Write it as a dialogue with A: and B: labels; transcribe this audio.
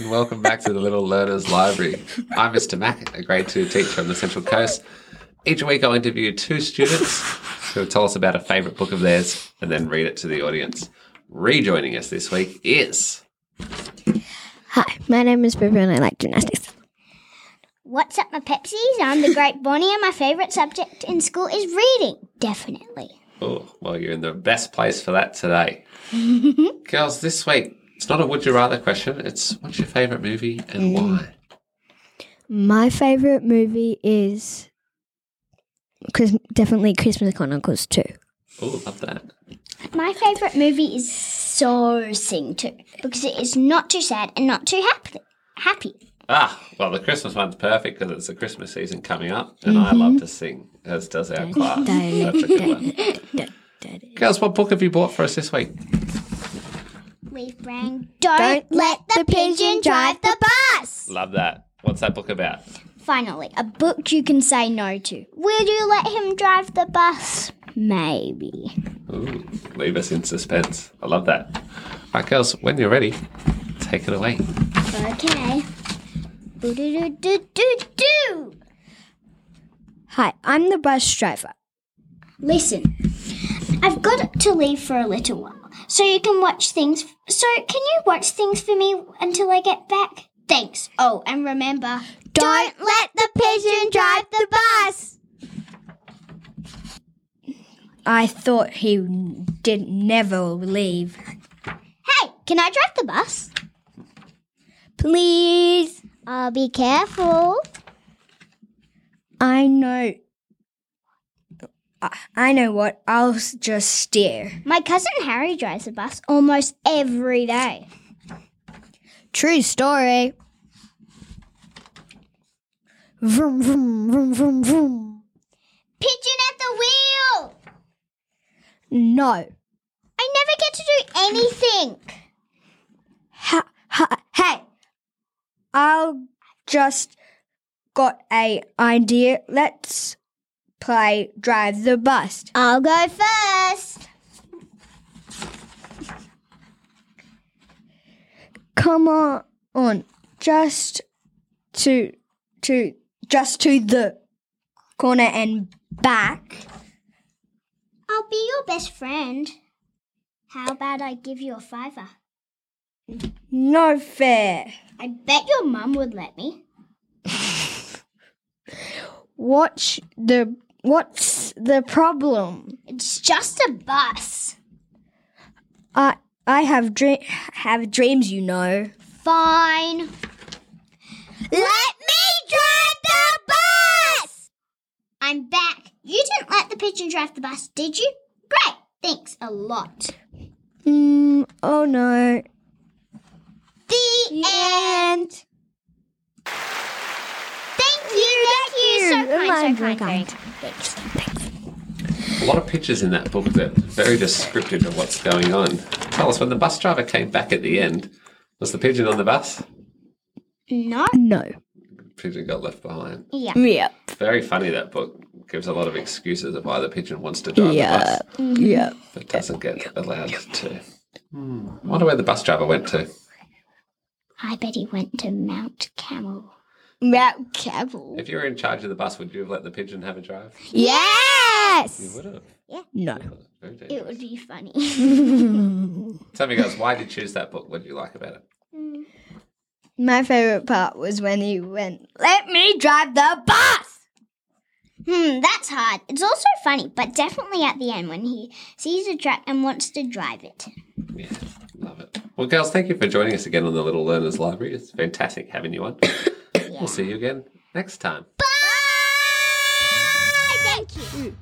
A: to the Little Learners Library. I'm Mr. Mack, a grade two teacher on the Central Coast. Each week I'll interview two students who will tell us about a favourite book of theirs and then read it to the audience. Rejoining us this week is
B: Hi, my name is River and I like gymnastics.
C: What's up, my Pepsis? I'm the great Bonnie, and my favourite subject in school is reading. Definitely.
A: Oh, well, you're in the best place for that today. Girls, this week, it's not a would you rather question, it's what's your favourite movie and why?
B: My favourite movie is Chris- definitely Christmas Chronicles 2.
A: Oh, love that.
C: My favourite movie is So Sing 2 because it is not too sad and not too happy. Happy.
A: Ah, well, the Christmas one's perfect because it's the Christmas season coming up, and I love to sing, as does our class. That's a good one. Girls, what book have you bought for us this week?
C: Leave Brang. Don't, let the pigeon drive the bus.
A: Love that. What's that book about?
C: Finally, a book you can say no to. Will you let him drive the bus? Maybe.
A: Ooh, leave us in suspense. I love that. All right, girls, when you're ready, take it away.
C: Okay. Boo-doo-doo-doo-doo-doo.
B: Hi, I'm the bus driver.
C: Listen, I've got to leave for a little while, so you can watch things. So, can you watch things for me until I get back? Thanks. Oh, and remember, don't let the pigeon drive the bus.
B: I thought he did never leave.
C: Hey, can I drive the bus?
B: Please.
C: I'll be careful.
B: I know. I- I know what. I'll s- just steer.
C: My cousin Harry drives the bus almost every day.
B: True story. Vroom, vroom, vroom, vroom, vroom.
C: Pigeon at the wheel!
B: No.
C: I never get to do anything.
B: ha, ha, hey, I'll just got a idea. Let's play drive the bus.
C: I'll go first.
B: Come on, on, just to to just to the corner and back.
C: I'll be your best friend. How about I give you a fiver?
B: No fair.
C: I bet your mum would let me.
B: Watch the what's the problem?
C: It's just a bus.
B: I I have dream have dreams, you know.
C: Fine. Let me drive the bus! I'm back. You didn't let the pigeon drive the bus, did you? Great. Thanks a lot.
B: Hmm. Oh no.
C: The end. Thank you. Thank you. So kind, so kind, very kind. Thanks.
A: A lot of pictures in that book that are very descriptive of what's going on. Tell us, when the bus driver came back at the end, was the pigeon on the bus?
C: No.
B: No.
A: Pigeon got left behind.
C: Yeah.
B: Yep.
A: Very funny, that book. Gives a lot of excuses of why the pigeon wants to drive the bus.
B: Yep.
A: but doesn't get allowed to. Hmm. I wonder where the bus driver went to.
C: I bet he went to Mount Camel.
B: Mount Camel.
A: If you were in charge of the bus, would you have let the pigeon have a drive? You
B: Yes.
A: would have.
B: No.
A: Very dangerous.
C: It would be funny.
A: Tell me, guys, why did you choose that book? What do you like about it?
B: My favorite part was when he went, "Let me drive the bus."
C: Hmm, that's hard. It's also funny, but definitely at the end when he sees a truck and wants to drive it.
A: Yeah, love it. Well, girls, thank you for joining us again on the Little Learners Library. It's fantastic having you on. We'll see you again next time.
C: Bye! Thank you.